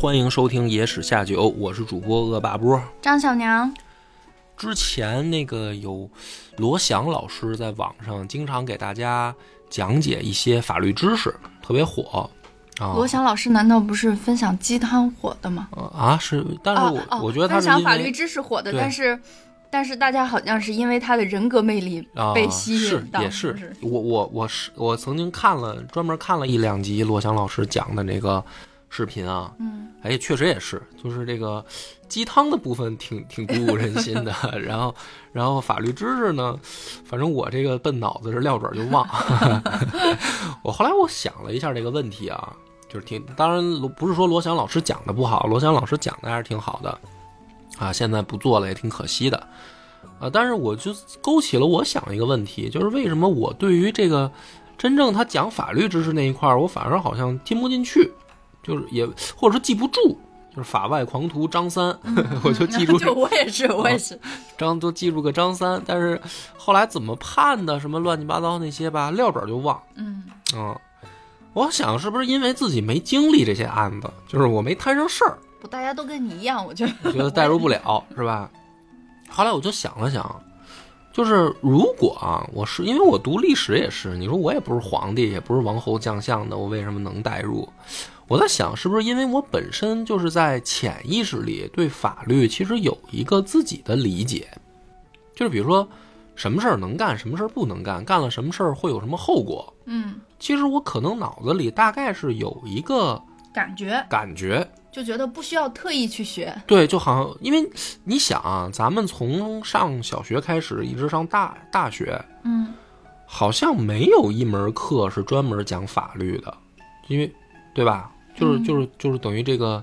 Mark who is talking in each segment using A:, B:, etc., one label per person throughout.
A: 欢迎收听《野史下酒》，我是主播恶霸波。
B: 张小娘，
A: 之前那个有罗翔老师在网上经常给大家讲解一些法律知识，特别火啊
B: 罗翔老师难道不是分享鸡汤火的吗？
A: 呃啊！是，但是我、
B: 哦哦、
A: 我觉得他
B: 分
A: 是因
B: 享
A: 为
B: 法律知识火的，
A: 对
B: 但是但是大家好像是因为他的人格魅力
A: 啊
B: 被吸引到，
A: 是也
B: 是
A: 是
B: 不是
A: 我我我是我曾经看了专门看了一两集罗翔老师讲的那个视频啊，
B: 嗯，
A: 哎，确实也是，就是这个鸡汤的部分挺挺鼓舞人心的， 然后然后法律知识呢，反正我这个笨脑子是撂准儿就忘。我后来我想了一下这个问题啊，就是挺当然罗不是说罗翔老师讲的不好，罗翔老师讲的还是挺好的，啊，现在不做了也挺可惜的。啊，但是我就勾起了我想一个问题，就是为什么我对于这个真正他讲法律知识那一块儿，我反而好像听不进去，就是也或者说记不住，就是法外狂徒张三，
B: 嗯
A: 我就 记住哦
B: 就我也是，我也是，
A: 张都记住个张三，但是后来怎么判的，什么乱七八糟那些吧，撂本儿就忘。
B: 嗯，
A: 嗯，我想是不是因为自己没经历这些案子，就是我没摊上事儿，
B: 不，大家都跟你一样，我觉得，
A: 觉得代入不了，是吧？后来我就想了想，就是如果啊，我是因为我读历史也是，你说我也不是皇帝，也不是王侯将相的，我为什么能代入？我在想，是不是因为我本身就是在潜意识里对法律其实有一个自己的理解，就是比如说什么事儿能干，什么事儿不能干，干了什么事儿会有什么后果。
B: 嗯，
A: 其实我可能脑子里大概是有一个
B: 感觉
A: 感觉，
B: 就觉得不需要特意去学，
A: 对，就好像因为你想啊，咱们从上小学开始，一直上大大学，
B: 嗯，
A: 好像没有一门课是专门讲法律的，因为对吧？就是
B: 嗯
A: 就是就是等于这个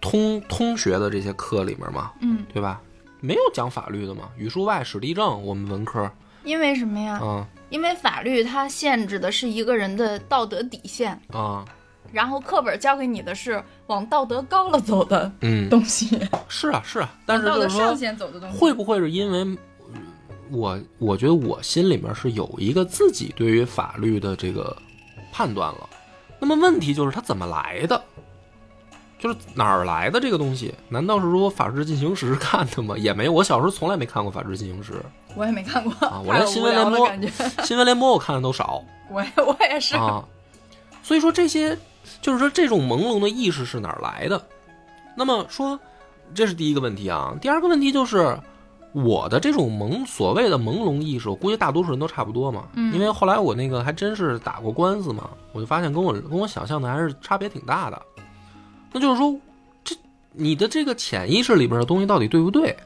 A: 通通学的这些课里面嘛，
B: 嗯，
A: 对吧？没有讲法律的嘛，语数外、史地政，我们文科，
B: 因为什么呀？
A: 啊
B: 因为法律它限制的是一个人的道德底线，
A: 啊，
B: 然后课本教给你的是往道德高了走的
A: 嗯，
B: 东西，
A: 是啊是啊，但
B: 往
A: 是
B: 道
A: 就
B: 德
A: 是说
B: 上，限走的东西，
A: 会不会是因为我我觉得我心里面是有一个自己对于法律的这个判断了。那么问题就是它怎么来的？就是哪儿来的这个东西？难道是说《法制进行时》 看的吗？也没有，我小时候从来没看过《法制进行时
B: 我也没看过
A: 啊我
B: 太
A: 连新闻
B: 无聊
A: 联
B: 了
A: 播，
B: 感觉，》
A: 新闻联播我看的都少
B: 我也 我也是，
A: 啊。所以说这些，就是说这种朦胧的意识是哪儿来的？那么说，这是第一个问题啊。第二个问题就是，我的这种朦所谓的朦胧意识，我估计大多数人都差不多嘛。
B: 嗯
A: 因为后来我那个还真是打过官司嘛，我就发现跟我跟我想象的还是差别挺大的。那就是说，这你的这个潜意识里边的东西到底对不对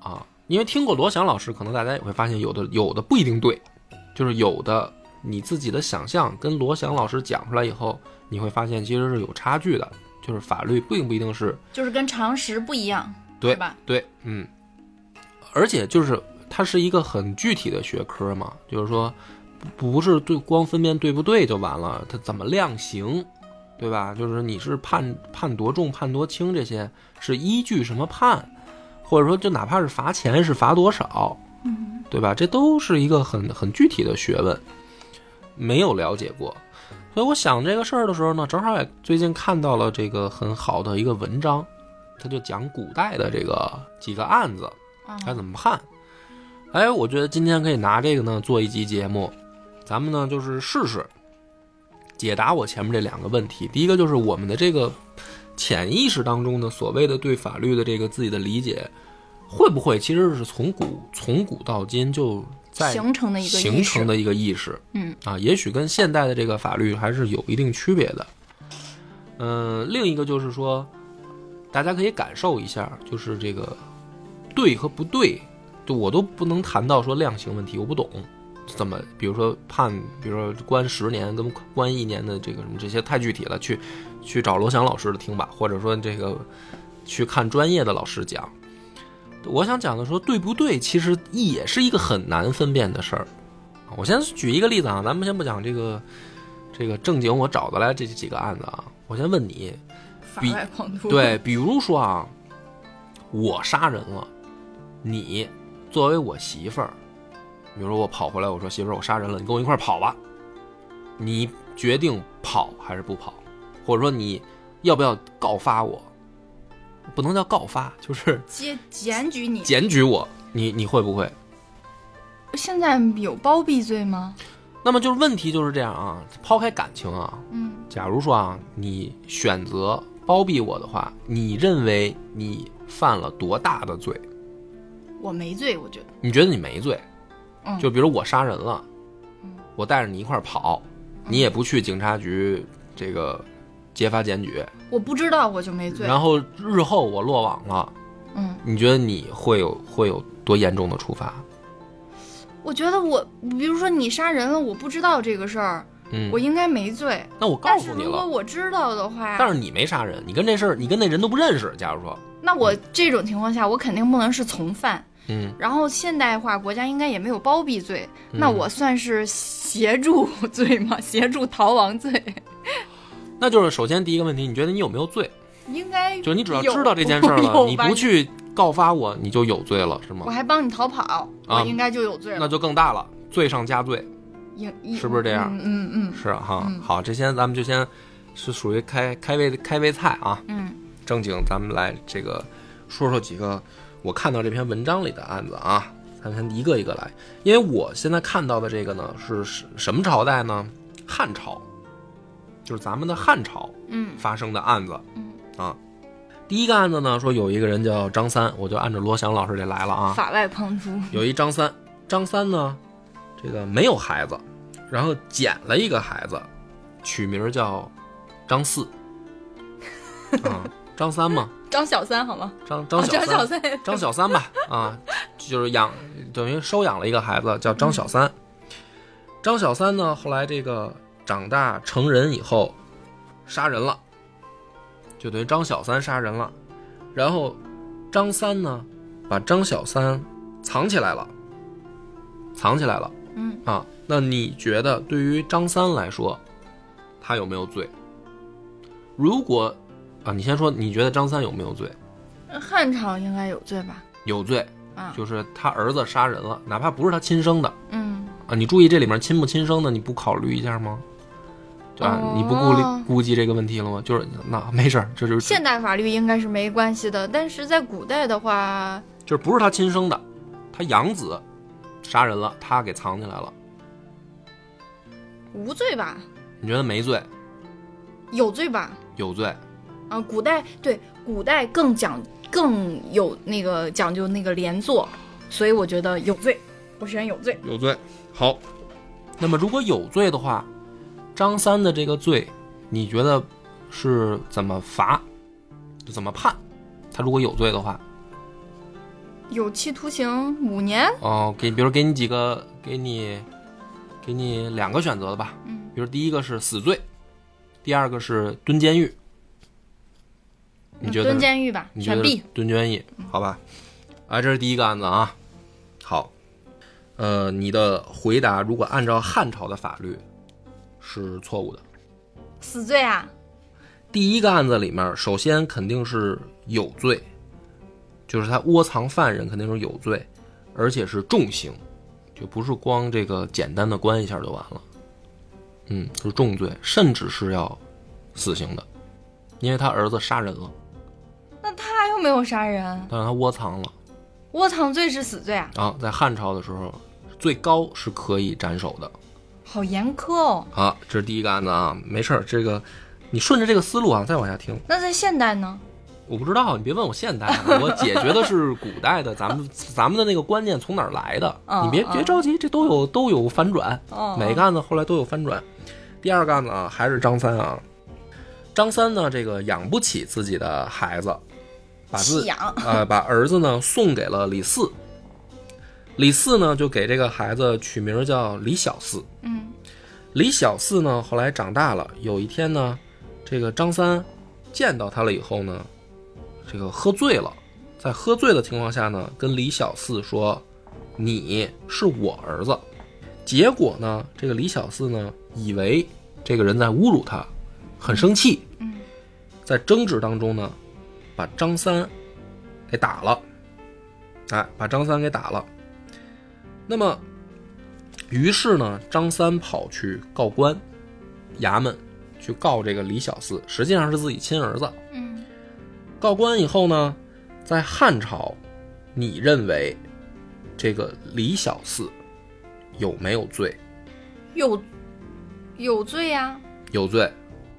A: 啊？因为听过罗翔老师，可能大家也会发现有的有的不一定对，就是有的你自己的想象跟罗翔老师讲出来以后，你会发现其实是有差距的。就是法律并不一定是
B: 就是跟常识不一样，
A: 对
B: 吧？
A: 对，嗯，而且就是它是一个很具体的学科嘛，就是说不不是对光分辨对不对就完了，它怎么量刑，对吧？就是你是判判多重、判多轻这些是依据什么判，或者说就哪怕是罚钱是罚多少，
B: 嗯，
A: 对吧？这都是一个很很具体的学问，没有了解过。所以我想这个事儿的时候呢，正好也最近看到了这个很好的一个文章，他就讲古代的这个几个案子，
B: 啊，
A: 该怎么判。哎，我觉得今天可以拿这个呢做一集节目，咱们呢就是试试解答我前面这两个问题。第一个就是我们的这个潜意识当中的所谓的对法律的这个自己的理解，会不会其实是从古从古到今就在
B: 形成的一个
A: 形
B: 意识
A: 成，的一个意识，
B: 嗯
A: 啊，也许跟现代的这个法律还是有一定区别的。嗯、另一个就是说，大家可以感受一下，就是这个对和不对，就我都不能谈到说量刑问题，我不懂。怎么，比如说判，比如说关十年跟关一年的这个什么，这些太具体了，去去找罗翔老师的听吧，或者说这个去看专业的老师讲。我想讲的说对不对，其实也是一个很难分辨的事儿。我先举一个例子啊，咱们先不讲这个这个正经我找的来这几个案子啊，我先问你，
B: 法
A: 比
B: 外狂徒，
A: 对，比如说啊，我杀人了，你作为我媳妇儿，比如说我跑回来，我说媳妇儿我杀人了，你跟我一块儿跑吧，你决定跑还是不跑，或者说你要不要告发我？不能叫告发，就是
B: 接检举你。
A: 检举我，你你会不会？
B: 现在有包庇罪吗？
A: 那么就是问题就是这样啊，抛开感情啊，
B: 嗯，
A: 假如说啊，你选择包庇我的话，你认为你犯了多大的罪？
B: 我没罪，我觉得。
A: 你觉得你没罪？
B: 嗯，
A: 就比如我杀人了
B: 嗯，
A: 我带着你一块儿跑，你也不去警察局这个揭发检举，
B: 我不知道，我就没罪。
A: 然后日后我落网了，
B: 嗯，
A: 你觉得你会有会有多严重的处罚？
B: 我觉得我，比如说你杀人了，我不知道这个事儿，
A: 嗯
B: 我，应该没罪。
A: 那我告
B: 但是
A: 诉你
B: 如果
A: 了，
B: 我啊知道的话，
A: 但是你没杀人，你跟这事儿，你跟那人都不认识。假如说，
B: 那我这种情况下，我肯定不能是从犯。
A: 嗯，
B: 然后现代化国家应该也没有包庇罪，
A: 嗯
B: 那我算是协助罪吗？协助逃亡罪
A: 那就是首先第一个问题，你觉得你有没有罪？
B: 应该
A: 就是你只要
B: 有
A: 知道这件事儿了，
B: 有
A: 你
B: 吧
A: 不去告发我，你就有罪了，是
B: 我
A: 吗？
B: 还帮你逃跑，
A: 啊
B: 我应该就有罪
A: 那
B: 了。
A: 就更大了，罪上加罪。
B: 应应
A: 是不是这样
B: 嗯嗯
A: 是啊哈，
B: 嗯
A: 好，这先咱们就先是属于开开胃开胃菜啊，
B: 嗯
A: 正经咱们来这个说说几个我看到这篇文章里的案子啊，咱们先一个一个来，因为我现在看到的这个呢是什什么朝代呢？汉朝，就是咱们的汉朝
B: 嗯嗯
A: 发生的案子
B: 嗯
A: 啊。第一个案子呢，说有一个人叫张三，我就按照罗翔老师这来了啊。
B: 法外狂徒，
A: 有一张三，张三呢，这个没有孩子，然后捡了一个孩子，取名叫张四，啊，张三嘛，
B: 张小三好吗？
A: 张张
B: 啊
A: 小
B: 张
A: 三，
B: 小三，
A: 张小三吧，啊，就是养等于收养了一个孩子叫张小三。张小三呢，后来这个长大成人以后，杀人了，就等于张小三杀人了。然后张三呢，把张小三藏起来了，藏起来了
B: 嗯，
A: 啊。那你觉得对于张三来说，他有没有罪？如果啊，你先说，你觉得张三有没有罪？
B: 汉朝应该有罪吧？
A: 有罪，
B: 啊，
A: 就是他儿子杀人了，哪怕不是他亲生的
B: 嗯，
A: 啊，你注意这里面亲不亲生的，你不考虑一下吗？对吧？
B: 哦
A: 你不顾虑估计这个问题了吗？就是那没事儿，这就是
B: 现代法律应该是没关系的，但是在古代的话，
A: 就是不是他亲生的，他养子杀人了，他给藏起来了，
B: 无罪吧？
A: 你觉得没罪？
B: 有罪吧？
A: 有罪，
B: 啊，古代对古代更讲更有那个讲究那个连坐，所以我觉得有罪，我选有罪。
A: 有罪。好，那么如果有罪的话，张三的这个罪，你觉得是怎么罚？就怎么判？他如果有罪的话，
B: 有期徒刑五年，
A: 哦，给，比如给你几个，给你，给你两个选择吧。
B: 嗯，
A: 比如第一个是死罪，第二个是蹲监狱。你觉得
B: 蹲
A: 呢？
B: 监狱嗯吧，
A: 你觉
B: 选
A: 得
B: B。
A: 蹲监狱？好吧。啊，这是第一个案子啊。好，呃，你的回答如果按照汉朝的法律是错误的。
B: 死罪啊？
A: 第一个案子里面，首先肯定是有罪，就是他窝藏犯人肯定是有罪，而且是重刑，就不是光这个简单的关一下就完了，嗯，是重罪，甚至是要死刑的，因为他儿子杀人了，
B: 那他又没有杀人，
A: 但是他窝藏了
B: 窝藏罪是死罪啊？
A: 啊，在汉朝的时候，最高是可以斩首的
B: 好严苛哦。
A: 啊，这是第一个案子啊，没事儿，这个你顺着这个思路啊，再往下听。
B: 那在现代呢？
A: 我不知道，你别问我现代， 我解决的是古代的，咱们咱们的那个观念从哪儿来的？
B: 嗯
A: 你别
B: 嗯
A: 别着急，这都有都有反转，
B: 哦，
A: 每个案子后来都有反转。第二个案子啊，还是张三啊，张三呢，这个养不起自己的孩子，把自
B: 弃养，
A: 呃把儿子呢送给了李四，李四呢就给这个孩子取名叫李小四，
B: 嗯
A: 李小四呢，后来长大了，有一天呢，这个张三见到他了以后呢，这个喝醉了，在喝醉的情况下呢，跟李小四说：“你是我儿子。”结果呢，这个李小四呢，以为这个人在侮辱他，很生气，
B: 嗯
A: 在争执当中呢，把张三给打了，哎，把张三给打了。那么，于是呢，张三跑去告官，衙门去告这个李小四，实际上是自己亲儿子。
B: 嗯
A: 告官以后呢，在汉朝，你认为这个李小四有没有罪？
B: 有有罪呀、
A: 有罪，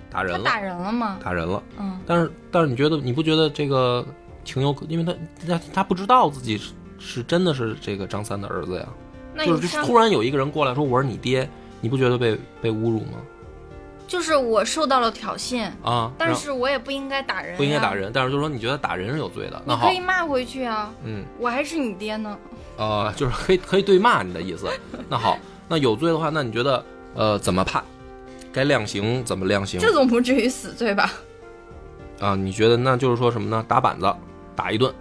A: 打
B: 他
A: 人了，
B: 打人了吗？
A: 打人了。
B: 嗯，
A: 但是但是你觉得你不觉得这个情有可，因为他他他不知道自己是是真的是这个张三的儿子呀，
B: 那
A: 就
B: 你
A: 是就
B: 像
A: 突然有一个人过来说我是你爹，你不觉得被被侮辱吗？
B: 就是我受到了挑衅，
A: 啊，
B: 但
A: 然后
B: 是我也不应该打人、
A: 不应该打，人，但是就是说你觉得打人是有罪的，
B: 哎你
A: 那
B: 可
A: 好
B: 以，骂回去啊，
A: 嗯，
B: 我还是你爹呢。
A: 呃，就是可以可以对骂你的意思。那好，那有罪的话，那你觉得呃怎么判？该量刑怎么量刑？
B: 这总不至于死罪吧？
A: 啊，你觉得那就是说什么呢？打板子，打一顿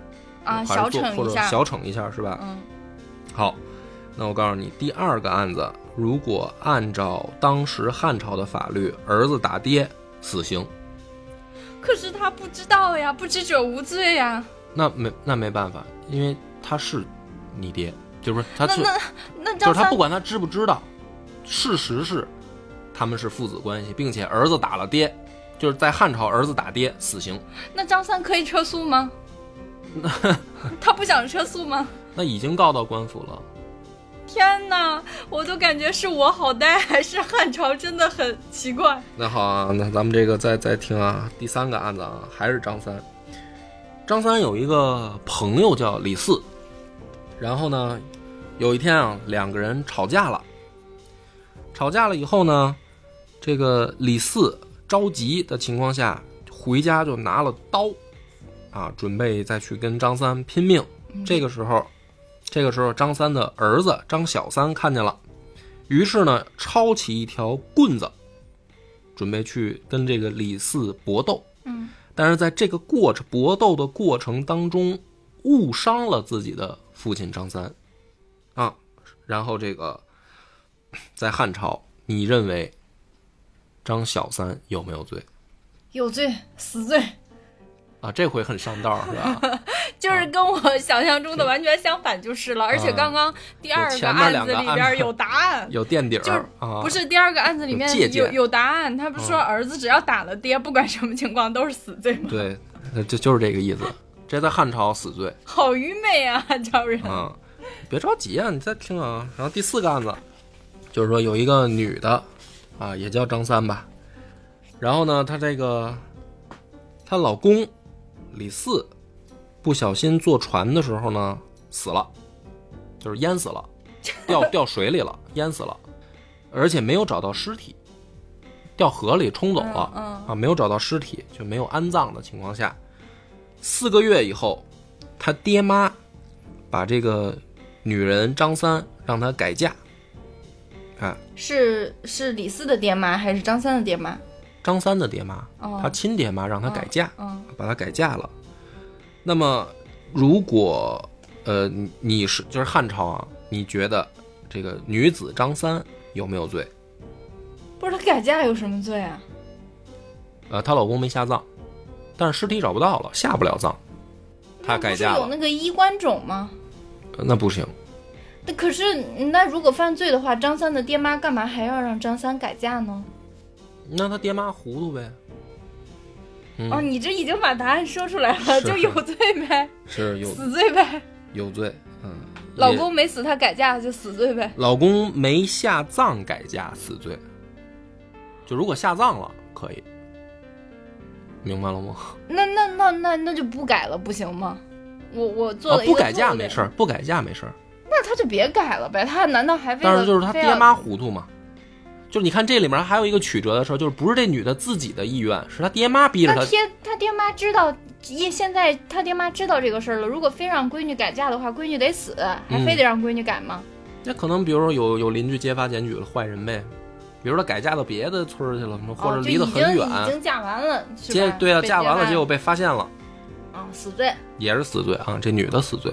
A: 还
B: 啊，
A: 是
B: 小
A: 做
B: 惩
A: 或
B: 一
A: 者
B: 下，
A: 小惩一下是吧？
B: 嗯，
A: 好，那我告诉你，第二个案子，如果按照当时汉朝的法律，儿子打爹死刑，
B: 可是他不知道呀，不知者无罪呀。
A: 那没那没办法，因为他是你爹，就是他
B: 那
A: 是
B: 那那
A: 就是
B: 张
A: 他
B: 三
A: 不管他知不知道，事实是他们是父子关系，并且儿子打了爹，就是在汉朝儿子打爹死刑，
B: 那张三可以撤 诉吗？他不想撤诉吗？
A: 那已经告到官府了。
B: 天哪，我都感觉是我好呆，还是汉朝真的很奇怪。
A: 那好啊，那咱们这个再再听啊，第三个案子啊，还是张三。张三有一个朋友叫李四，然后呢，有一天啊，两个人吵架了。吵架了以后呢，这个李四着急的情况下，回家就拿了刀，啊，准备再去跟张三拼命。这个时候，这个时候张三的儿子张小三看见了，于是呢，抄起一条棍子，准备去跟这个李四搏斗。
B: 嗯，
A: 但是在这个过程搏斗的过程当中，误伤了自己的父亲张三，啊，然后这个在汉朝，你认为张小三有没有罪
B: 有罪死罪，
A: 啊？这回很上道是 吧？
B: 就是跟我想象中的完全相反就是了。而且刚刚第二
A: 啊就
B: 个
A: 前面
B: 案
A: 两
B: 子
A: 个
B: 里
A: 案
B: 边
A: 子
B: 有答案，
A: 有垫底儿
B: 就是
A: 啊？
B: 不是第二个案子里面
A: 有借
B: 有
A: 鉴啊
B: 有答案，他不是说儿子只要打了爹，不管什么情况都是死罪吗？
A: 对，那就就是这个意思。这在汉朝死罪
B: 好愚昧啊，汉朝人。
A: 啊！别着急啊，你再听啊。然后第四个案子，就是说有一个女的啊，也叫张三吧。然后呢，她这个她老公李四不小心坐船的时候呢死了，就是淹死了，掉 掉水里了，淹死了，而且没有找到尸体，掉河里冲走了、
B: 嗯
A: 啊，没有找到尸体，就没有安葬的情况下，四个月以后，他爹妈把这个女人张三让她改嫁，啊，
B: 是是李四的爹妈还是张三的爹妈？
A: 张三的爹妈，
B: 哦
A: 他亲爹妈让他改嫁，
B: 嗯
A: 把他改嫁了。那么，如果呃你你是就是汉朝啊，你觉得这个女子张三有没有罪？
B: 不是他改嫁有什么罪啊？
A: 呃，她老公没下葬，但是尸体找不到了，下不了葬，她
B: 那不
A: 改
B: 是
A: 嫁
B: 有
A: 了，
B: 那个衣冠冢吗？
A: 呃那不行。
B: 那可是那如果犯罪的话，张三的爹妈干嘛还要让张三改嫁呢？
A: 那他爹妈糊涂呗，嗯
B: 哦，你这已经把答案说出来了，
A: 是
B: 就有罪呗，
A: 是有
B: 死罪呗。
A: 有罪，嗯，
B: 老
A: 也
B: 公没死，他改嫁就死罪呗。
A: 老公没下葬改嫁死罪，就如果下葬了可以，明白了吗？
B: 那那那那那就不改了，不行吗？我我做
A: 啊
B: 了一个、
A: 不改嫁没事，儿，不改嫁没事儿，
B: 那他就别改了呗。他难道还为了
A: 但是就是他
B: 非
A: 爹
B: 要
A: 妈糊涂嘛。就是你看这里面还有一个曲折的事儿，就是不是这女的自己的意愿，是她爹妈逼着
B: 他
A: 她。
B: 爹他爹妈知道，也现在他爹妈知道这个事儿了。如果非让闺女改嫁的话，闺女得死，还
A: 嗯
B: 非得让闺女改吗？
A: 那可能比如说有有邻居揭发检举了坏人呗，比如说改嫁到别的村儿去了，什么或者
B: 哦就
A: 离得
B: 已
A: 很
B: 经
A: 远，
B: 已经嫁完了，是
A: 结
B: 吧
A: 对啊，
B: 被
A: 嫁完了，
B: 害
A: 结果被发现了，
B: 啊死罪，
A: 也是死罪啊，这女的死罪。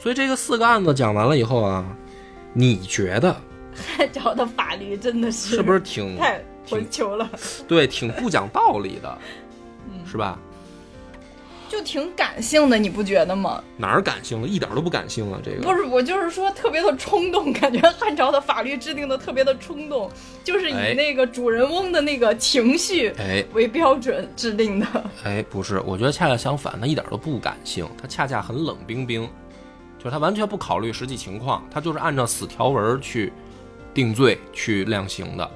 A: 所以这个四个案子讲完了以后啊，你觉得
B: 找的法律真的是
A: 是不是挺
B: 太
A: 挺
B: 混球了？
A: 对，挺不讲道理的，是吧？
B: 就挺感性的，你不觉得吗？
A: 哪儿感性了？一点儿都不感性啊了。这个
B: 不是，我就是说特别的冲动，感觉汉朝的法律制定的特别的冲动，就是以
A: 哎
B: 那个主人翁的那个情绪
A: 哎
B: 为标准制定的。
A: 哎，不是，我觉得恰恰相反，他一点儿都不感性，他恰恰很冷冰冰，就是他完全不考虑实际情况，他就是按照死条文儿去定罪去量刑的。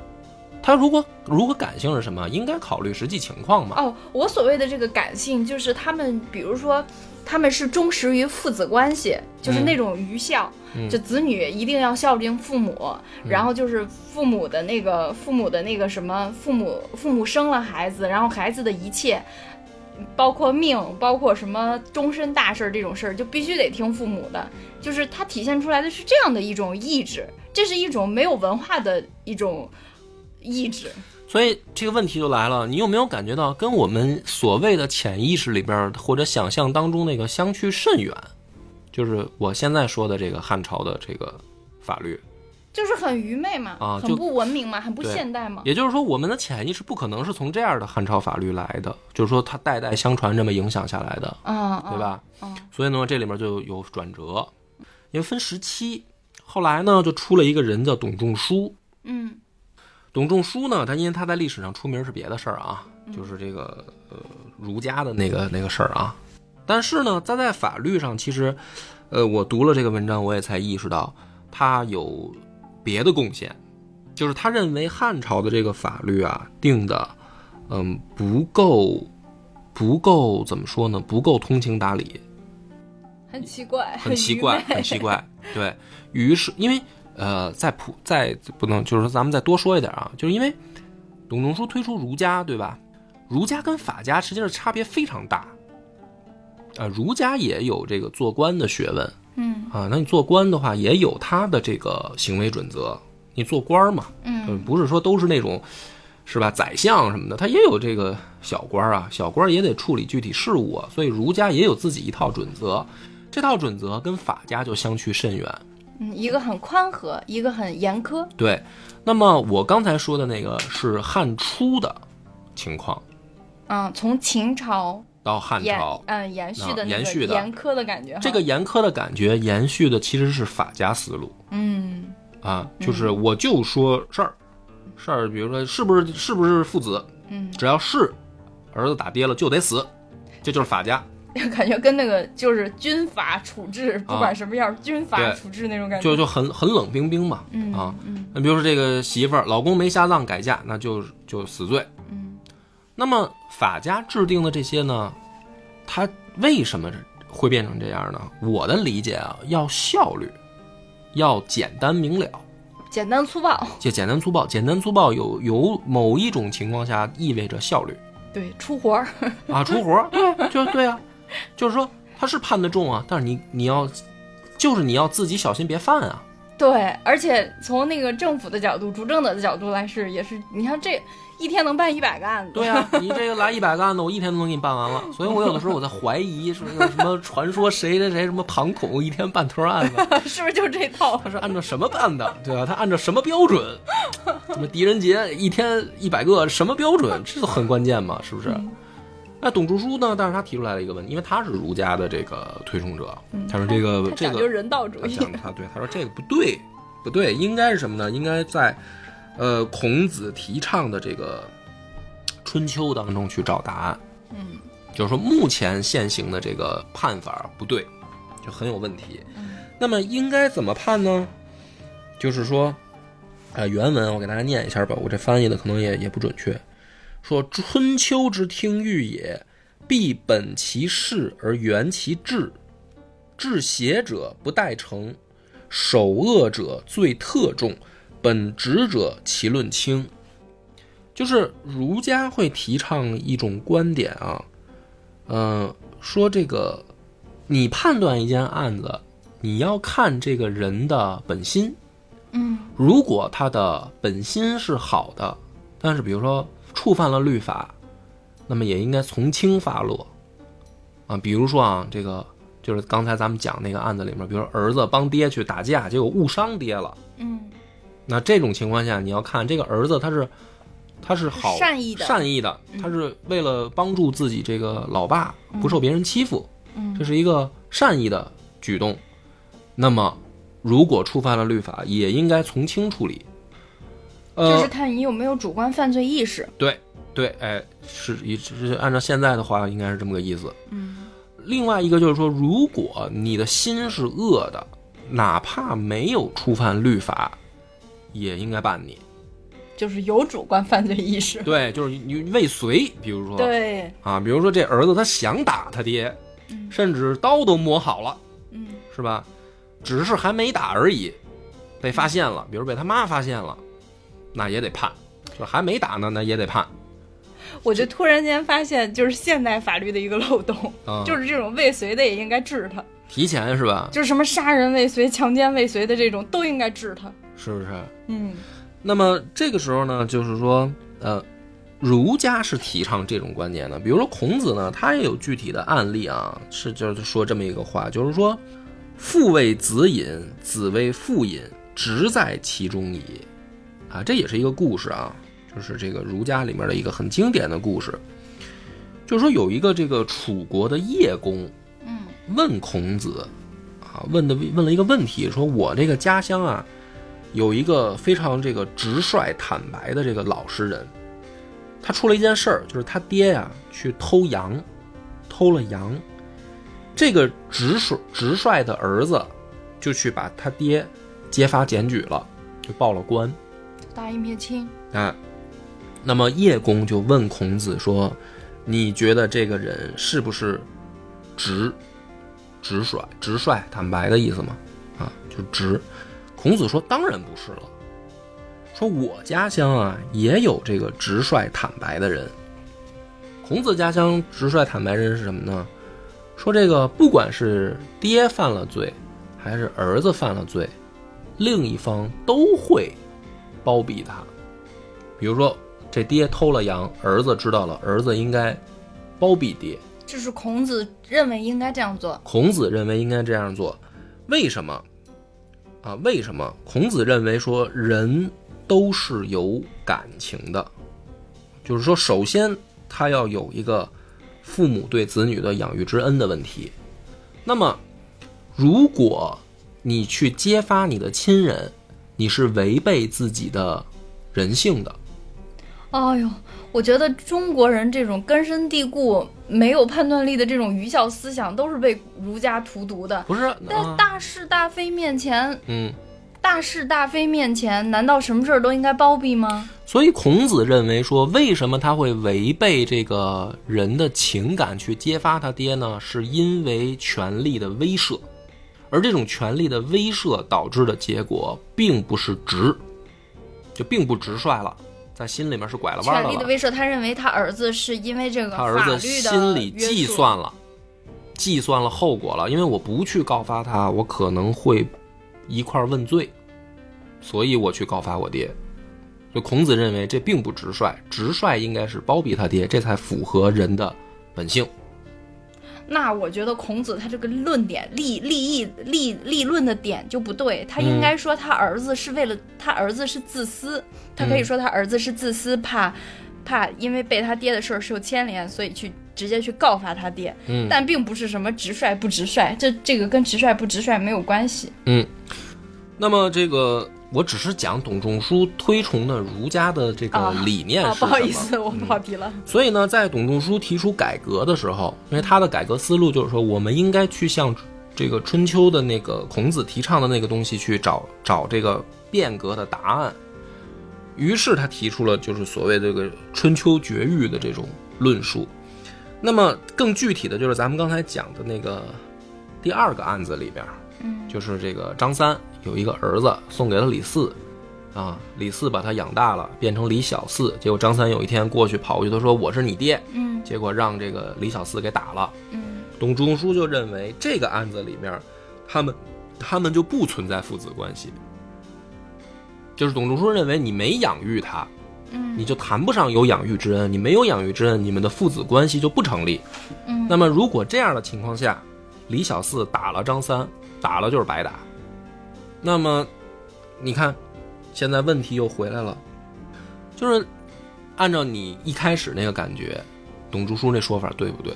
A: 他如果如果感性是什么？应该考虑实际情况嘛。
B: 哦，我所谓的这个感性，就是他们，比如说。他们是忠实于父子关系，就是
A: 嗯
B: 那种愚孝，
A: 嗯
B: 就子女一定要孝敬父母，然后就是父母的那个父母的那个什么，父母父母生了孩子，然后孩子的一切，包括命，包括什么终身大事儿这种事儿，就必须得听父母的。就是它体现出来的是这样的一种意志，这是一种没有文化的一种意志。
A: 所以这个问题就来了，你有没有感觉到跟我们所谓的潜意识里边儿或者想象当中那个相去甚远？就是我现在说的这个汉朝的这个法律，
B: 就是很愚昧嘛，
A: 啊
B: 很
A: 就
B: 不文明嘛，很不
A: 对
B: 现代嘛。
A: 也就是说，我们的潜意识不可能是从这样的汉朝法律来的，就是说它代代相传这么影响下来的，
B: 嗯，
A: 对吧？
B: 嗯？
A: 所以呢，这里面就有转折，因为分时期。后来呢，就出了一个人叫董仲舒，
B: 嗯
A: 董仲舒呢，他因为他在历史上出名是别的事儿啊，就是这个呃儒家的那个那个事儿啊。但是呢，他在法律上其实，呃，我读了这个文章，我也才意识到他有别的贡献，就是他认为汉朝的这个法律啊定的，嗯，不够，不够怎么说呢？不够通情达理。
B: 嗯，很奇怪，
A: 很奇
B: 愚
A: 怪
B: 昧，
A: 很奇怪。对于是，因为呃，在普在不能就是说，咱们再多说一点啊，就是因为董仲舒推出儒家，对吧？儒家跟法家实际上差别非常大。呃，儒家也有这个做官的学问
B: 嗯
A: 啊，那你做官的话，也有他的这个行为准则。你做官儿嘛，嗯，
B: 嗯
A: 不是说都是那种，是吧？宰相什么的，他也有这个小官儿啊，小官儿也得处理具体事务啊，所以儒家也有自己一套准则，这套准则跟法家就相去甚远。
B: 嗯，一个很宽和，一个很严苛。
A: 对，那么我刚才说的那个是汉初的情况，
B: 嗯，从秦朝
A: 到汉
B: 延
A: 朝，
B: 嗯延续的
A: 啊
B: 那个
A: 延续的
B: 严苛的感觉哈。
A: 这个严苛的感觉延续的其实是法家思路
B: 嗯
A: 啊，就是我就说事儿，事儿，比如说是不是是不是父子，
B: 嗯，
A: 只要是儿子打爹了就得死，这就是法家。
B: 感觉跟那个就是军法处置，不
A: 啊
B: 管什么样，军法
A: 对
B: 处置那种感觉。
A: 就就很很冷冰冰嘛。
B: 嗯
A: 啊，
B: 嗯
A: 那比如说这个媳妇儿，老公没下葬改嫁，那就就死罪。
B: 嗯
A: 那么法家制定的这些呢，它为什么会变成这样呢？我的理解啊，要效率，要简单明了，
B: 简单粗暴，
A: 就简单粗暴。简单粗暴有有某一种情况下意味着效率
B: 对，出活儿。
A: 啊，出活儿，对，就对啊，就是说他是判的重啊，但是你你要就是你要自己小心别犯啊。
B: 对，而且从那个政府的角度、主政者的角度来是，也是你看这一天能办一百个案子，
A: 对呀、 你这个来一百个案子，我一天都能给你办完了。所以我有的时候我在怀疑，是不是有什么传说谁谁谁什么庞统一天办多少案子？
B: 是不是就这套？
A: 他是按照什么办的？对吧、啊他按照什么标准？什么狄仁杰一天一百个，什么标准？这都很关键嘛，是不是？
B: 嗯
A: 那董仲舒呢？但是他提出来了一个问题，因为他是儒家的这个推崇者，他说这个
B: 嗯他
A: 呃这
B: 讲
A: 个
B: 究人道主
A: 他
B: 义，
A: 讲他对他说这个不对，不对，应该是什么呢？应该在呃孔子提倡的这个春秋当中去找答案。
B: 嗯，
A: 就是说目前现行的这个判法不对，就很有问题。
B: 嗯
A: 那么应该怎么判呢？就是说，呃，原文我给大家念一下吧，我这翻译的可能也也不准确。说春秋之听欲也，必本其事而原其志，治邪者不待成，守恶者罪特重，本直者其论轻。就是儒家会提倡一种观点啊，嗯，说这个，你判断一件案子，你要看这个人的本心，
B: 嗯
A: 如果他的本心是好的，但是比如说触犯了律法，那么也应该从轻发落啊。比如说啊，这个就是刚才咱们讲那个案子里面，比如说儿子帮爹去打架，结果误伤爹了。
B: 嗯
A: 那这种情况下，你要看这个儿子他是他是好
B: 善意的
A: 善意的，
B: 嗯
A: 他是为了帮助自己这个老爸不受别人欺负，这
B: 嗯
A: 是一个善意的举动。那么，如果触犯了律法，也应该从轻处理。
B: 就
A: 呃
B: 是，看你有没有主观犯罪意识。
A: 对对，哎，是一是按照现在的话，应该是这么个意思。
B: 嗯
A: 另外一个就是说，如果你的心是恶的，哪怕没有触犯律法，也应该办 你。
B: 就是有主观犯罪意识。
A: 对，就是你未遂，比如说，
B: 对，
A: 啊，比如说这儿子他想打他爹，
B: 嗯
A: 甚至刀都磨好了，
B: 嗯
A: 是吧？只是还没打而已，被发现了，比如被他妈发现了，那也得判。就还没打呢，那也得判。
B: 我就突然间发现，就是现代法律的一个漏洞，
A: 啊、
B: 就是这种未遂的也应该治他，
A: 提前是吧？
B: 就是什么杀人未遂、强奸未遂的这种都应该治他。
A: 是不是？
B: 嗯
A: 那么这个时候呢，就是说，呃，儒家是提倡这种观念的。比如说孔子呢，他也有具体的案例啊，是就是说这么一个话，就是说，父为子隐，子为父隐，直在其中矣。啊，这也是一个故事啊，就是这个儒家里面的一个很经典的故事，就是说有一个这个楚国的叶公
B: 嗯
A: 问孔子，啊，问的问了一个问题，说我这个家乡啊，有一个非常这个直率坦白的这个老实人，他出了一件事儿，就是他爹呀、去偷羊，偷了羊。这个直率直率的儿子就去把他爹揭发检举了，就报了官。
B: 大义灭亲。
A: 啊，那么叶公就问孔子说：“你觉得这个人是不是直、直率、直率、坦白的意思吗？”啊，就直。孔子说：“当然不是了。说我家乡啊，也有这个直率坦白的人。孔子家乡直率坦白人是什么呢？说这个不管是爹犯了罪，还是儿子犯了罪，另一方都会包庇他。比如说，这爹偷了羊，儿子知道了，儿子应该包庇爹。
B: 就是孔子认为应该这样做，
A: 孔子认为应该这样做，为什么？啊，为什么？孔子认为说人都是有感情的，就是说，首先他要有一个父母对子女的养育之恩的问题。那么，如果你去揭发你的亲人，你是违背自己的人性的，
B: 哎呦，我觉得中国人这种根深蒂固、没有判断力的这种愚孝思想，都是被儒家荼毒的。
A: 不是？
B: 在
A: 啊
B: 大是大非面前，
A: 嗯，
B: 大是大非面前，难道什么事儿都应该包庇吗？
A: 所以孔子认为说，为什么他会违背这个人的情感去揭发他爹呢？是因为权力的威慑，而这种权力的威慑导致的结果，并不是直，就并不直率了，在心里面是拐了弯儿
B: 权
A: 的
B: 力的
A: 了。
B: 威慑，他认为他儿子是因为这个
A: 他
B: 法
A: 儿
B: 律
A: 子
B: 的
A: 心里
B: 约束
A: 计，算了，计算了后果了，因为我不去告发他，我可能会一块儿问罪，所以我去告发我爹。就孔子认为这并不直率，直率应该是包庇他爹，这才符合人的本性。
B: 那我觉得孔子他这个论点立立意立立论的点就不对，他应该说他儿子是为了、他儿子是自私，他可以
A: 嗯
B: 说他儿子是自私，怕怕因为被他爹的事儿受牵连，所以去直接去告发他爹，
A: 嗯
B: 但并不是什么直率不直率，这这个跟直率不直率没有关系。
A: 嗯，那么这个我只是讲董仲舒推崇的儒家的这个
B: 啊
A: 理念
B: 啊，
A: 是
B: 不好
A: 什
B: 意
A: 么嗯
B: 思，我跑题了。
A: 所以呢，在董仲舒提出改革的时候，因为他的改革思路就是说，我们应该去向这个春秋的那个孔子提倡的那个东西去找找这个变革的答案。于是他提出了就是所谓这个春秋绝育的这种论述。那么更具体的就是咱们刚才讲的那个第二个案子里边，
B: 嗯
A: 就是这个张三有一个儿子送给了李四，啊，李四把他养大了，变成李小四。结果张三有一天过去跑过去，他说我是你爹，
B: 嗯
A: 结果让这个李小四给打了。
B: 嗯
A: 董仲舒就认为这个案子里面，他们他们就不存在父子关系，就是董仲舒认为你没养育他，
B: 嗯
A: 你就谈不上有养育之恩，你没有养育之恩，你们的父子关系就不成立。
B: 嗯
A: 那么如果这样的情况下，李小四打了张三，打了就是白打。那么，你看，现在问题又回来了，就是按照你一开始那个感觉，董仲舒那说法对不对？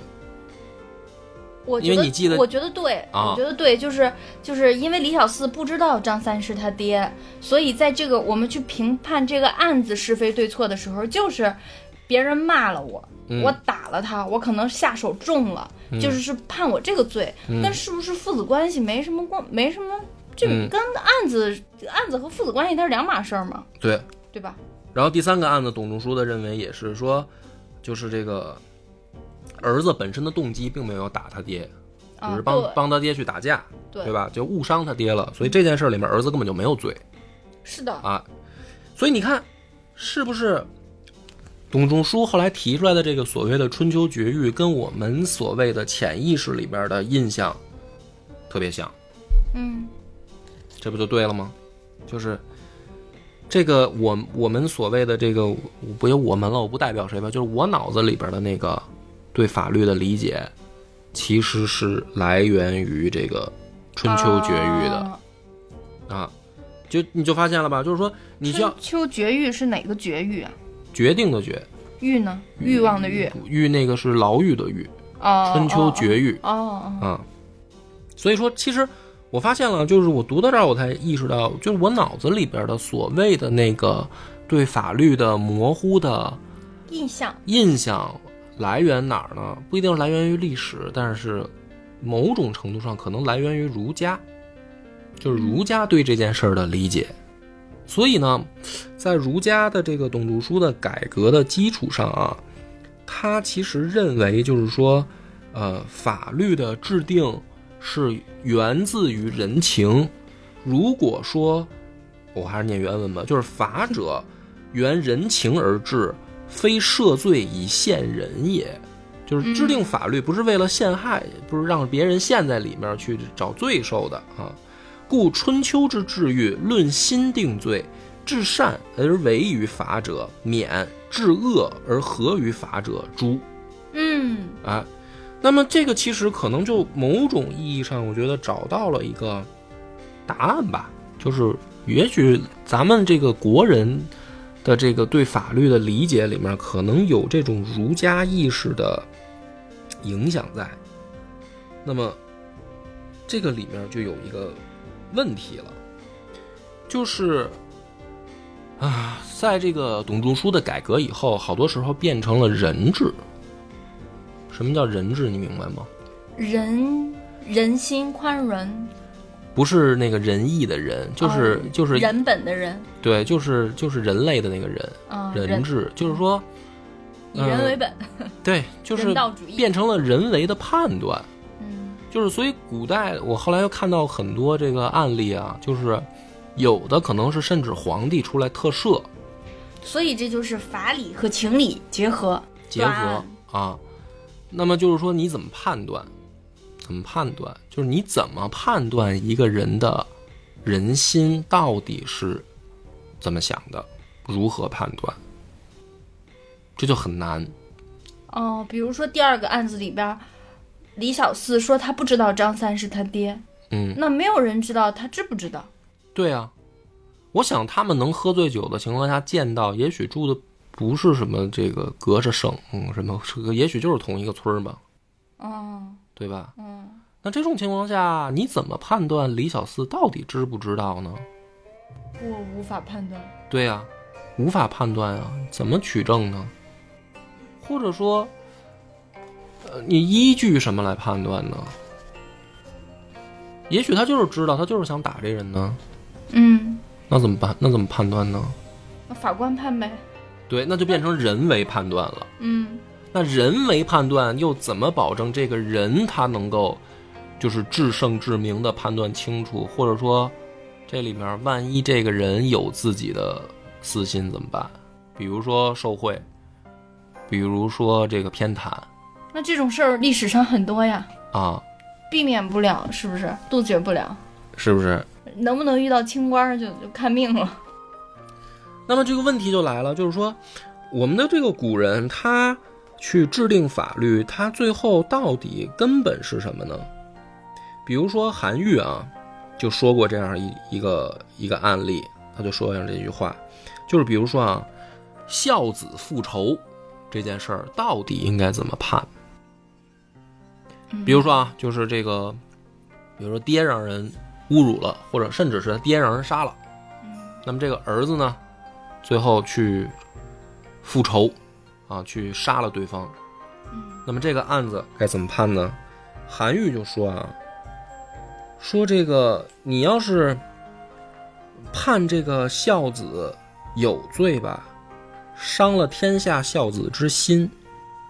B: 我
A: 因
B: 觉
A: 为
B: 得，
A: 你记得
B: 我觉得对，
A: 啊
B: 我觉得对，就是就是因为李小四不知道张三是他爹，所以在这个我们去评判这个案子是非对错的时候，就是别人骂了我，
A: 嗯
B: 我打了他，我可能下手重了，就是是判我这个罪，
A: 嗯
B: 但是不是父子关系没什么关，没什么，这个
A: 嗯
B: 跟案子、案子和父子关系它是两码事儿嘛，
A: 对。
B: 对吧？
A: 然后第三个案子，董仲舒的认为也是说，就是这个儿子本身的动机并没有打他爹，只
B: 啊，
A: 是
B: 对
A: 帮、帮他爹去打架，
B: 对
A: 对吧？就误伤他爹了，所以这件事里面儿子根本就没有罪。
B: 是的，
A: 啊，所以你看，是不是董仲舒后来提出来的这个所谓的春秋绝育，跟我们所谓的潜意识里边的印象特别像，
B: 嗯
A: 这不就对了吗？就是这个我我们所谓的这个，我不也我们了，我不代表谁吧，就是我脑子里边的那个对法律的理解，其实是来源于这个春秋绝育的
B: 啊
A: 啊就你就发现了吧，就是说你
B: 春
A: 叫
B: 秋绝育是哪个绝育啊？
A: 决定的决。
B: 欲呢？
A: 嗯
B: 欲望的欲。
A: 玉那个是牢狱的狱，
B: 哦，
A: 嗯春秋绝育
B: 哦哦，哦
A: 啊、所以说，其实我发现了，就是我读到这儿，我才意识到，就是我脑子里边的所谓的那个对法律的模糊的
B: 印象，
A: 印象来源哪儿呢？不一定是来源于历史，但是某种程度上可能来源于儒家，就是儒家对这件事儿的理解。所以呢，在儒家的这个董仲舒的改革的基础上啊，他其实认为就是说，呃，法律的制定是源自于人情。如果说，我还是念原文吧， 就是法者，原人情而制，非赦罪以陷人也。就是制定法律不是为了陷害，不是让别人陷在里面去找罪受的啊。故春秋之治狱，论心定罪，至善而为于法者免，至恶而合于法者诛。
B: 嗯
A: 啊。那么这个其实可能就某种意义上，我觉得找到了一个答案吧，就是也许咱们这个国人的这个对法律的理解里面，可能有这种儒家意识的影响在。那么这个里面就有一个问题了，就是啊，在这个董仲舒的改革以后，好多时候变成了人治。什么叫人治？你明白吗？
B: 人人心宽容，
A: 不是那个仁义的仁，就是、
B: 哦
A: 就是
B: 人本的人
A: 对，就是就是人类的那个人，
B: 啊，
A: 人
B: 人
A: 治，就是说
B: 以人
A: 嗯
B: 为本，
A: 对，就是
B: 人道主义
A: 变成了人为的判断。
B: 嗯
A: 就是所以古代，我后来又看到很多这个案例啊，就是有的可能是甚至皇帝出来特赦
B: 所以这就是法理和情理结合，
A: 结合啊，那么就是说你怎么判断？怎么判断？就是你怎么判断一个人的人心到底是怎么想的？如何判断？这就很难。
B: 哦，比如说第二个案子里边儿，李小四说他不知道张三是他爹，
A: 嗯，
B: 那没有人知道他知不知道。
A: 对啊，我想他们能喝醉酒的情况下见到，也许住的不是什么这个隔着省、嗯、什么，这个也许就是同一个村儿吧，
B: 哦，
A: 对吧？
B: 嗯，
A: 那这种情况下，你怎么判断李小四到底知不知道呢？
B: 我无法判断。
A: 对呀、无法判断啊，怎么取证呢？或者说，呃，你依据什么来判断呢？也许他就是知道，他就是想打这人呢，
B: 嗯，
A: 那怎么办？那怎么判断呢？
B: 那法官判呗。
A: 对，那就变成人为判断了。
B: 嗯，
A: 那人为判断又怎么保证这个人他能够就是至圣至明的判断清楚？或者说，这里面万一这个人有自己的私心怎么办？比如说受贿，比如说这个偏袒
B: 那这种事儿历史上很多呀，
A: 啊，
B: 避免不了，是不是？杜绝不了。
A: 是不是？
B: 能不能遇到清官儿就就看命了。
A: 那么这个问题就来了，就是说，我们的这个古人他去制定法律，他最后到底根本是什么呢？比如说韩愈啊，就说过这样一一个一个案例，他就说上这句话，就是比如说啊，孝子复仇这件事儿到底应该怎么判？
B: 嗯
A: 比如说啊，就是这个，比如说爹让人侮辱了，或者甚至是他爹让人杀了，那么这个儿子呢，最后去复仇，啊，去杀了对方。那么这个案子该怎么判呢？韩愈就说啊，说这个你要是判这个孝子有罪吧，伤了天下孝子之心，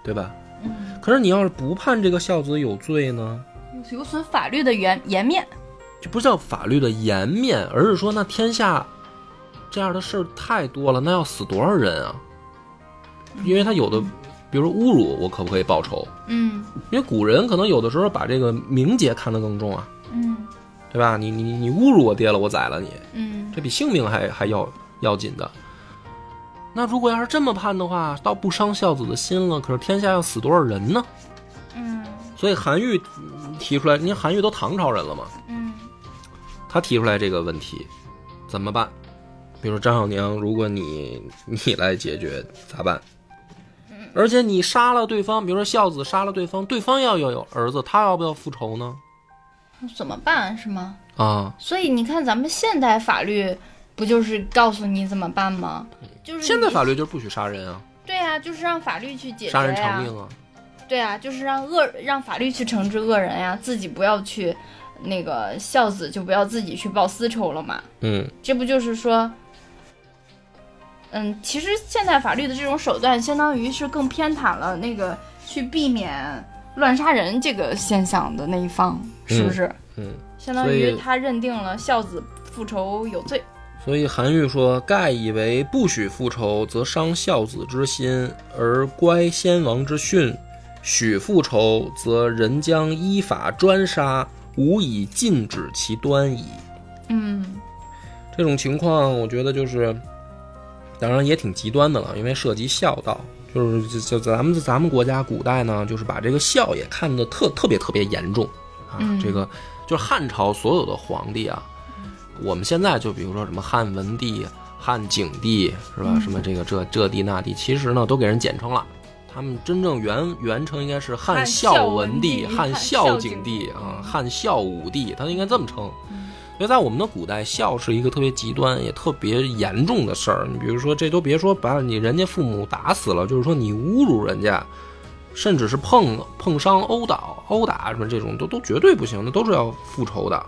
A: 对吧？
B: 嗯，
A: 可是你要是不判这个孝子有罪呢，
B: 有损法律的颜颜面。
A: 这不叫法律的颜面，而是说那天下这样的事儿太多了，那要死多少人啊？因为他有的，比如说侮辱，我可不可以报仇？
B: 嗯
A: 因为古人可能有的时候把这个名节看得更重啊，
B: 嗯
A: 对吧？你你你侮辱我爹了，我宰了你，
B: 嗯
A: 这比性命还还要要紧的。那如果要是这么判的话，倒不伤孝子的心了，可是天下要死多少人呢？
B: 嗯
A: 所以韩愈嗯提出来，您韩愈都唐朝人了嘛，
B: 嗯
A: 他提出来这个问题，怎么办？比如说张小娘，如果你 你来解决咋办？而且你杀了对方，比如说孝子杀了对方，对方要要有儿子，他要不要复仇呢？
B: 怎么办是吗？
A: 啊，
B: 所以你看，咱们现代法律不就是告诉你怎么办吗？就是
A: 现在
B: 你
A: 法律就是不许杀人啊，
B: 对啊，就是让法律去解决
A: 杀人
B: 呀
A: 偿命啊。
B: 对啊，就是让恶让法律去惩治恶人呀，自己不要去那个孝子就不要自己去报私仇了嘛。
A: 嗯，
B: 这不就是说，嗯，其实现代法律的这种手段，相当于是更偏袒了那个去避免乱杀人这个现象的那一方，是不是？
A: 嗯嗯
B: 相当
A: 所
B: 于
A: 以
B: 他认定了孝子复仇有罪。
A: 所以韩愈说：“盖以为不许复仇，则伤孝子之心，而乖先王之训；许复仇，则人将依法专杀，无以禁止其端矣。”
B: 嗯
A: 这种情况，我觉得就是，当然也挺极端的了，因为涉及孝道，就是就就咱们咱们国家古代呢，就是把这个孝也看得特特别特别严重啊。
B: 嗯
A: 这个就是汉朝所有的皇帝啊，我们现在就比如说什么汉文帝、汉景帝是吧？
B: 嗯
A: 什么这个这这帝那帝，其实呢都给人简称了。他们真正原原称应该是汉
B: 汉
A: 孝
B: 孝
A: 文
B: 文
A: 帝、
B: 帝
A: 汉
B: 汉
A: 孝
B: 孝
A: 景
B: 景
A: 帝
B: 帝嗯
A: 啊、汉孝武帝，他应该这么称。所以在我们的古代，孝是一个特别极端也特别严重的事儿。你比如说，这都别说把你人家父母打死了，就是说你侮辱人家，甚至是碰碰伤、殴打、殴打什么这种，都都绝对不行，那都是要复仇的。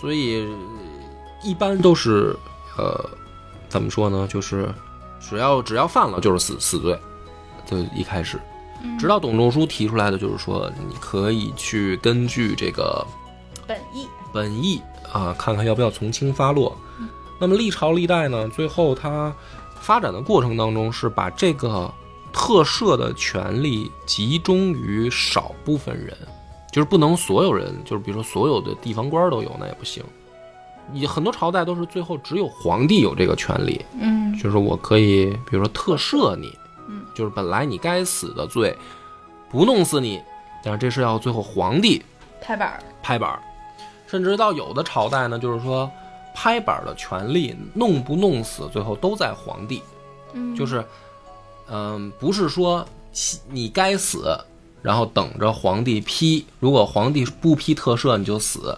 A: 所以呃一般都是呃，怎么说呢？就是只要只要犯了，就是死死罪。就一开始，
B: 嗯，
A: 直到董仲舒提出来的，就是说你可以去根据这个
B: 本意。
A: 本意啊，看看要不要从轻发落。那么历朝历代呢，最后它发展的过程当中是把这个特赦的权利集中于少部分人，就是不能所有人，就是比如说所有的地方官都有，那也不行。也很多朝代都是最后只有皇帝有这个权利，
B: 嗯
A: 就是我可以，比如说特赦你，
B: 嗯，
A: 就是本来你该死的罪，不弄死你，但是这是要最后皇帝
B: 拍板儿。
A: 拍板儿，甚至到有的朝代呢，就是说拍板儿的权利弄不弄死，最后都在皇帝。
B: 嗯，
A: 就是，嗯、不是说你该死，然后等着皇帝批，如果皇帝不批特赦，你就死。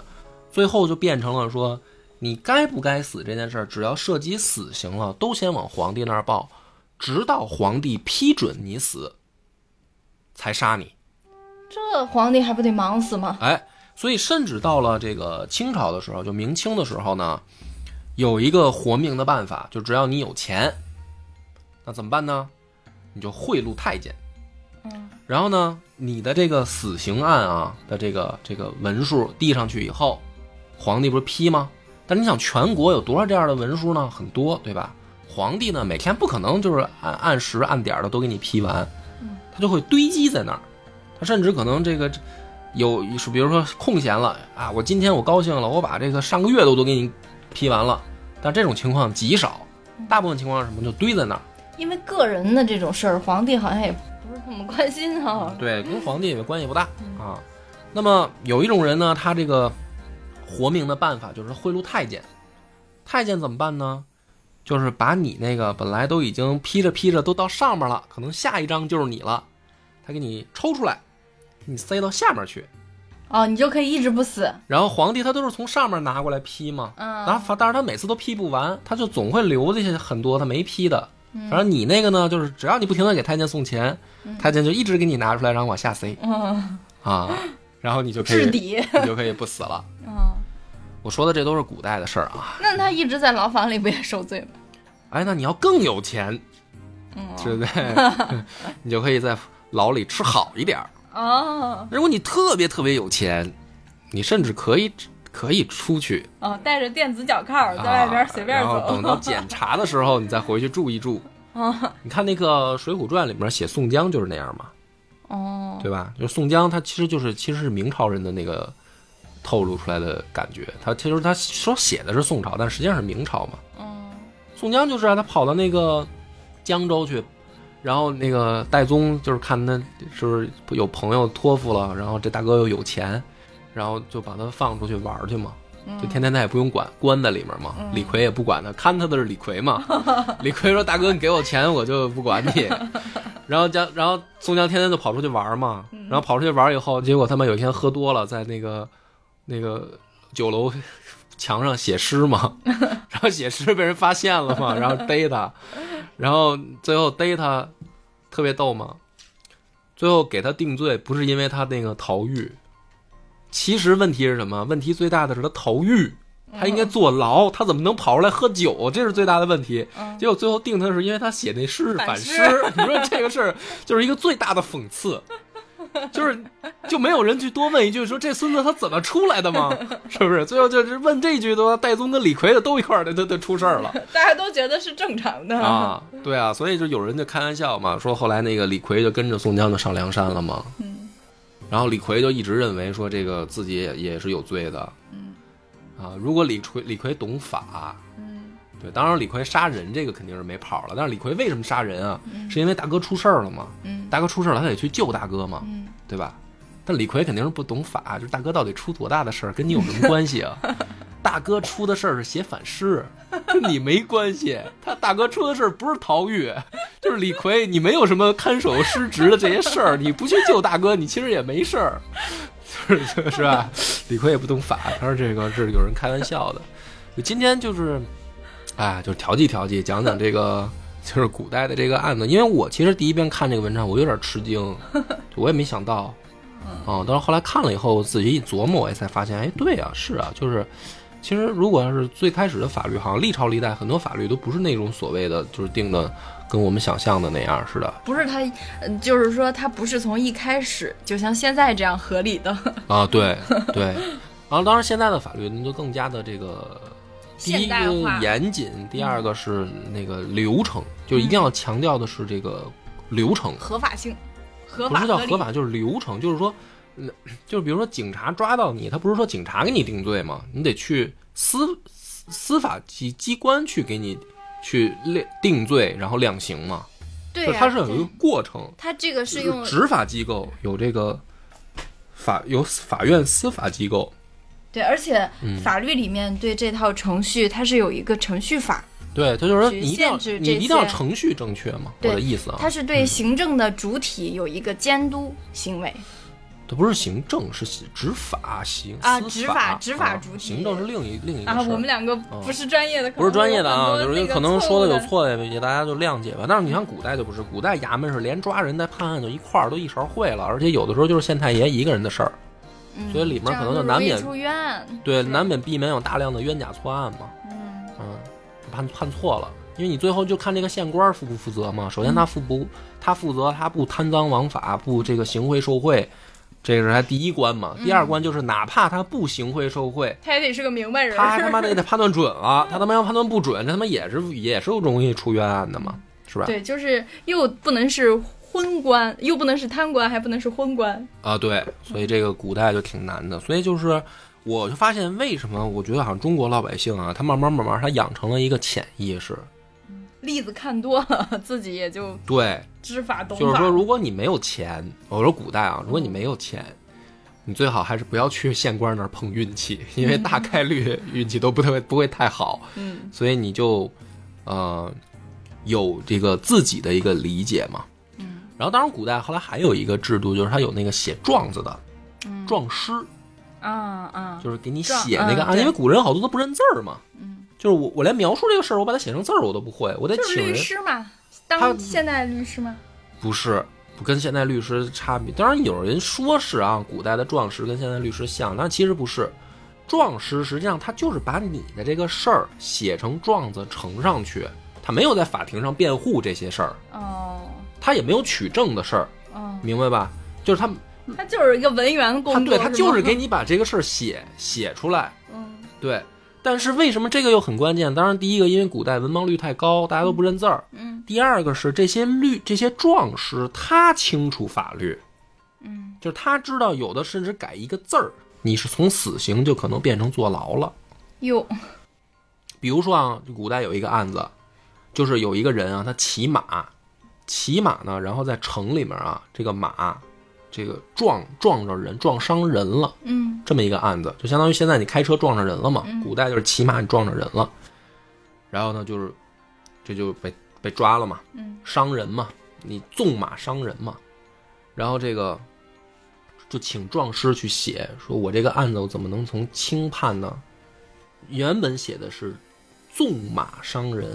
A: 最后就变成了说，你该不该死这件事儿，只要涉及死刑了，都先往皇帝那儿报，直到皇帝批准你死，才杀你。
B: 这皇帝还不得忙死吗？
A: 哎，所以甚至到了这个清朝的时候，就明清的时候呢，有一个活命的办法，就只要你有钱，那怎么办呢？你就贿赂太监，
B: 嗯
A: 然后呢，你的这个死刑案啊的这个这个文书递上去以后，皇帝不是批吗？但是你想，全国有多少这样的文书呢？很多，对吧？皇帝呢，每天不可能就是按按时按点儿的都给你批完，
B: 嗯
A: 他就会堆积在那儿。他甚至可能这个有，是比如说空闲了啊，我今天我高兴了，我把这个上个月的我都给你批完了，但这种情况极少。大部分情况是什么？就堆在那儿。
B: 因为个人的这种事儿，皇帝好像也不是那么关心啊。
A: 对，跟皇帝也关系不大啊。那么有一种人呢，他这个活命的办法就是贿赂太监。太监怎么办呢？就是把你那个本来都已经披着披着都到上面了，可能下一张就是你了，他给你抽出来，给你塞到下面去。
B: 哦，你就可以一直不死。
A: 然后皇帝他都是从上面拿过来批嘛，
B: 嗯，
A: 然后但是他每次都批不完，他就总会留这些很多他没批的。
B: 嗯
A: 反正你那个呢，就是只要你不停的给太监送钱，
B: 嗯
A: 太监就一直给你拿出来，然后往下塞
B: 嗯，
A: 啊，然后你就可以
B: 置敌。
A: 你就可以不死了。
B: 嗯，
A: 我说的这都是古代的事儿啊。
B: 那他一直在牢房里不也受罪吗？
A: 哎，那你要更有钱，对
B: 嗯，
A: 不对？ 你就可以在牢里吃好一点儿。
B: 哦
A: 如果你特别特别有钱，你甚至可以可以出去，
B: 哦，带着电子脚铐儿在
A: 啊
B: 外边随便
A: 然后等到
B: 走。
A: 检查的时候，你再回去住一住。
B: 哦
A: 你看那个《水浒传》里面写宋江就是那样嘛，
B: 哦，
A: 对吧？就宋江他其实就是其实是明朝人的那个透露出来的感觉，他其实他说写的是宋朝，但实际上是明朝嘛。
B: 嗯
A: 宋江就是让他跑到那个江州去，然后那个戴宗就是看他是不是有朋友托付了，然后这大哥又有钱，然后就把他放出去玩儿去嘛，
B: 嗯
A: 就天天他也不用管，关在里面嘛。
B: 嗯
A: 李逵也不管他，看他的是李逵 嘛。李逵说：“大哥，你给我钱，我就不管你。”然后江，然后宋江天天就跑出去玩儿嘛，
B: 嗯
A: 然后跑出去玩儿以后，结果他们有一天喝多了，在那个那个酒楼墙上写诗嘛，然后写诗被人发现了嘛，然后逮他，然后最后逮他，特别逗嘛。最后给他定罪，不是因为他那个逃狱，其实问题是什么？问题最大的是他逃狱，他应该坐牢，他怎么能跑出来喝酒？这是最大的问题。
B: 嗯
A: 结果最后定他是因为他写那诗是反诗， 你说这个事儿就是一个最大的讽刺，就是就没有人去多问一句说这孙子他怎么出来的吗？是不是？最后就是问这一句都戴宗跟李逵的都一块儿的，都都出事儿了。
B: 大家都觉得是正常的。
A: 啊，对啊，所以就有人就开玩笑嘛，说后来那个李逵就跟着宋江就上梁山了嘛。
B: 嗯
A: 然后李逵就一直认为说这个自己也也是有罪的
B: 嗯
A: 啊。如果李逵李逵懂法，
B: 嗯
A: 对，当然李逵杀人这个肯定是没跑了。但是李逵为什么杀人啊？
B: 嗯
A: 是因为大哥出事儿了嘛？
B: 嗯
A: 大哥出事儿了，他得去救大哥嘛，
B: 嗯
A: 对吧？但李逵肯定是不懂法，就是大哥到底出多大的事儿，跟你有什么关系 啊？大哥出的事儿是写反诗，跟你没关系。他大哥出的事儿不是逃狱，就是李逵，你没有什么看守失职的这些事儿，你不去救大哥，你其实也没事儿， 就是是吧？李逵也不懂法，他说这个是有人开玩笑的。就今天就是，哎，就是调剂调剂，讲讲这个就是古代的这个案子，因为我其实第一遍看这个文章，我有点吃惊，我也没想到。啊、但是后来看了以后，仔细一琢磨，我也才发现，哎，对啊，是啊，就是其实如果要是最开始的法律，好像历朝历代很多法律都不是那种所谓的就是定的跟我们想象的那样似的
B: 不是他，嗯就是说他不是从一开始就像现在这样合理 的。
A: 啊，对对。然后当然现在的法律那就更加的这个，第一
B: 现代
A: 个
B: 化
A: 严谨，第二个是那个流程，就是
B: 嗯
A: 一定要强调的是这个流程，
B: 合法性，合
A: 不
B: 法
A: 是叫
B: 理
A: 合法，就是流程，就是说，嗯就是比如说警察抓到你，他不是说警察给你定罪吗？你得去司司司法机机关去给你去量定罪，然后量刑嘛。
B: 对
A: 就
B: 呀、
A: 它是有一个过程，
B: 他这个是
A: 就
B: 用
A: 执法机构有这个法有法院司法机构，
B: 对，而且
A: 嗯
B: 法律里面对这套程序它是有一个程序法，
A: 对，他就是说
B: 去
A: 你一定要
B: 限制
A: 你
B: 这
A: 一定要
B: 些
A: 程序正确嘛，我
B: 对
A: 的意思啊，
B: 它是对行政的主体有一个监督行为。
A: 它不是行政，是执法行
B: 啊
A: 司
B: 执
A: 法
B: 法执法
A: 啊
B: 主体
A: 行嗯政是另一另一个
B: 啊，
A: 事儿
B: 我们两个不是专业的，可能
A: 不是专业的啊，
B: 会有
A: 就
B: 很多
A: 是
B: 那个
A: 可能说
B: 错
A: 的
B: 误
A: 有。错的，也大家就谅解吧。但是你像古代就不是，古代衙门是连抓人带判案就一块儿都一勺烩了，而且有的时候就是县太爷一个人的事儿，
B: 嗯
A: 所以里面
B: 这
A: 可
B: 样
A: 能
B: 就
A: 就难
B: 容易
A: 免
B: 出冤。
A: 对，
B: 是
A: 难免避免有大量的冤假错案嘛，
B: 嗯
A: 嗯，判判错了。因为你最后就看这个县官负不负责嘛。首先他
B: 嗯
A: 负不，他负责他不贪赃枉法，不这个行贿受贿，这个是他第一关嘛。第二
B: 嗯
A: 关就是哪怕他不行贿受贿，
B: 他也得是个明白人。
A: 他他妈的也得判断准了，他他妈要判断不准，这他妈也是也是容易出冤案的嘛，是吧？
B: 对，就是又不能是昏官，又不能是贪官，还不能是昏官。
A: 啊，对，所以这个古代就挺难的，所以就是我就发现为什么我觉得好像中国老百姓啊，他慢慢慢慢他养成了一个潜意识，
B: 例子看多了，自己也就
A: 对，
B: 知法懂法。
A: 就是说，如果你没有钱，我说古代啊，如果你没有钱，你最好还是不要去县官那儿碰运气，因为大概率运气都不太不会太好。
B: 嗯
A: 所以你就呃有这个自己的一个理解嘛。
B: 嗯
A: 然后，当然古代后来还有一个制度，就是他有那个写状子的
B: 嗯
A: 状诗，
B: 啊啊，
A: 就是给你
B: 状
A: 写那个
B: 嗯
A: 啊，
B: 对
A: 因为古人好多都不认字儿嘛。
B: 嗯，
A: 就是我我连描述这个事儿，我把它写成字儿我都不会，我得
B: 就是
A: 请
B: 律
A: 人。
B: 师嘛，
A: 他
B: 当现代律师嘛。
A: 不是，不跟现代律师差别。当然有人说是啊，古代的壮士跟现代律师像，但其实不是。壮士实际上他就是把你的这个事儿写成状子呈上去，他没有在法庭上辩护这些事儿，
B: 哦
A: 他也没有取证的事儿，
B: 哦，
A: 明白吧？就是他
B: 他就是一个文员工
A: 他
B: 作，
A: 对他
B: 吗
A: 就是给你把这个事儿写写出来，
B: 嗯
A: 对。但是为什么这个又很关键？当然，第一个因为古代文盲率太高，大家都不认字儿；
B: 嗯
A: 第二个是这些律这些壮士他清楚法律，
B: 嗯
A: 就是他知道有的甚至改一个字儿，你是从死刑就可能变成坐牢了。
B: 哟
A: 比如说啊，古代有一个案子，就是有一个人啊，他骑马，骑马呢，然后在城里面啊，这个马这个撞撞着人，撞伤人了，
B: 嗯
A: 这么一个案子，就相当于现在你开车撞着人了嘛，
B: 嗯
A: 古代就是骑马你撞着人了，然后呢就是这就被被抓了嘛，
B: 嗯
A: 伤人嘛，你纵马伤人嘛，然后这个就请壮士去写，说我这个案子我怎么能从轻判呢？原本写的是纵马伤人，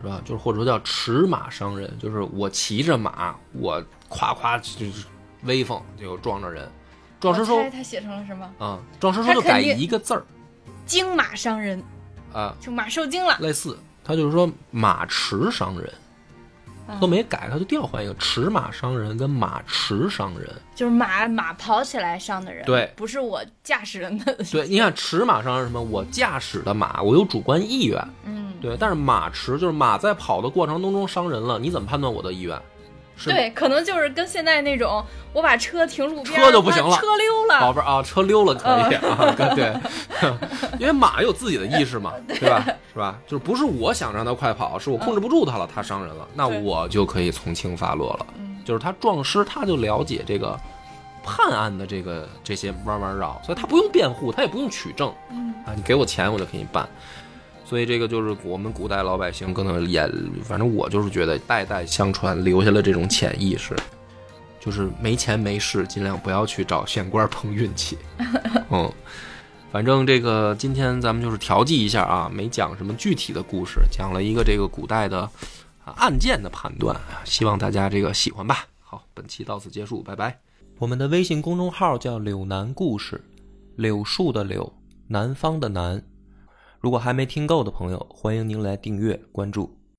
A: 是吧？就是或者说叫驰马伤人，就是我骑着马，我夸夸就是威风就撞着人。壮士说
B: 我猜他写成了什么？
A: 啊、壮士说就
B: 他
A: 改
B: 肯定
A: 一个字儿
B: 惊马伤人，
A: 啊、
B: 就马受惊了，
A: 类似，他就是说马驰伤人。
B: 啊
A: 都没改，他就调换一个驰马伤人跟马驰伤人。
B: 就是马马跑起来伤的人，
A: 对
B: 不是我驾驶人的，
A: 对，你看驰马伤人是什么？我驾驶的马，我有主观意愿。
B: 嗯，
A: 对，但是马驰就是马在跑的过程当中伤人了，你怎么判断我的意愿？是
B: 对，可能就是跟现在那种我把车停路边儿，
A: 车就不行了
B: 把车溜
A: 宝
B: 了，嗯
A: 贝儿啊，车溜了可以啊，哥对，因为马有自己的意识 嘛，对吧？是吧？就是不是我想让它快跑，是我控制不住它了，它伤人了，那
B: 对
A: 我就可以从轻发落了。
B: 嗯
A: 就是他撞尸，他就了解这个判案的这个这些弯弯绕，所以他不用辩护，他也不用取证
B: 嗯
A: 啊，你给我钱我就给你办。所以这个就是我们古代老百姓可能也，反正我就是觉得代代相传留下了这种潜意识，就是没钱没势，尽量不要去找县官碰运气。嗯，反正这个今天咱们就是调剂一下啊，没讲什么具体的故事，讲了一个这个古代的啊案件的判断，啊希望大家这个喜欢吧。好，本期到此结束，拜拜。我们的微信公众号叫“柳南故事”，柳树的柳，南方的南。如果还没听够的朋友，欢迎您来订阅关注。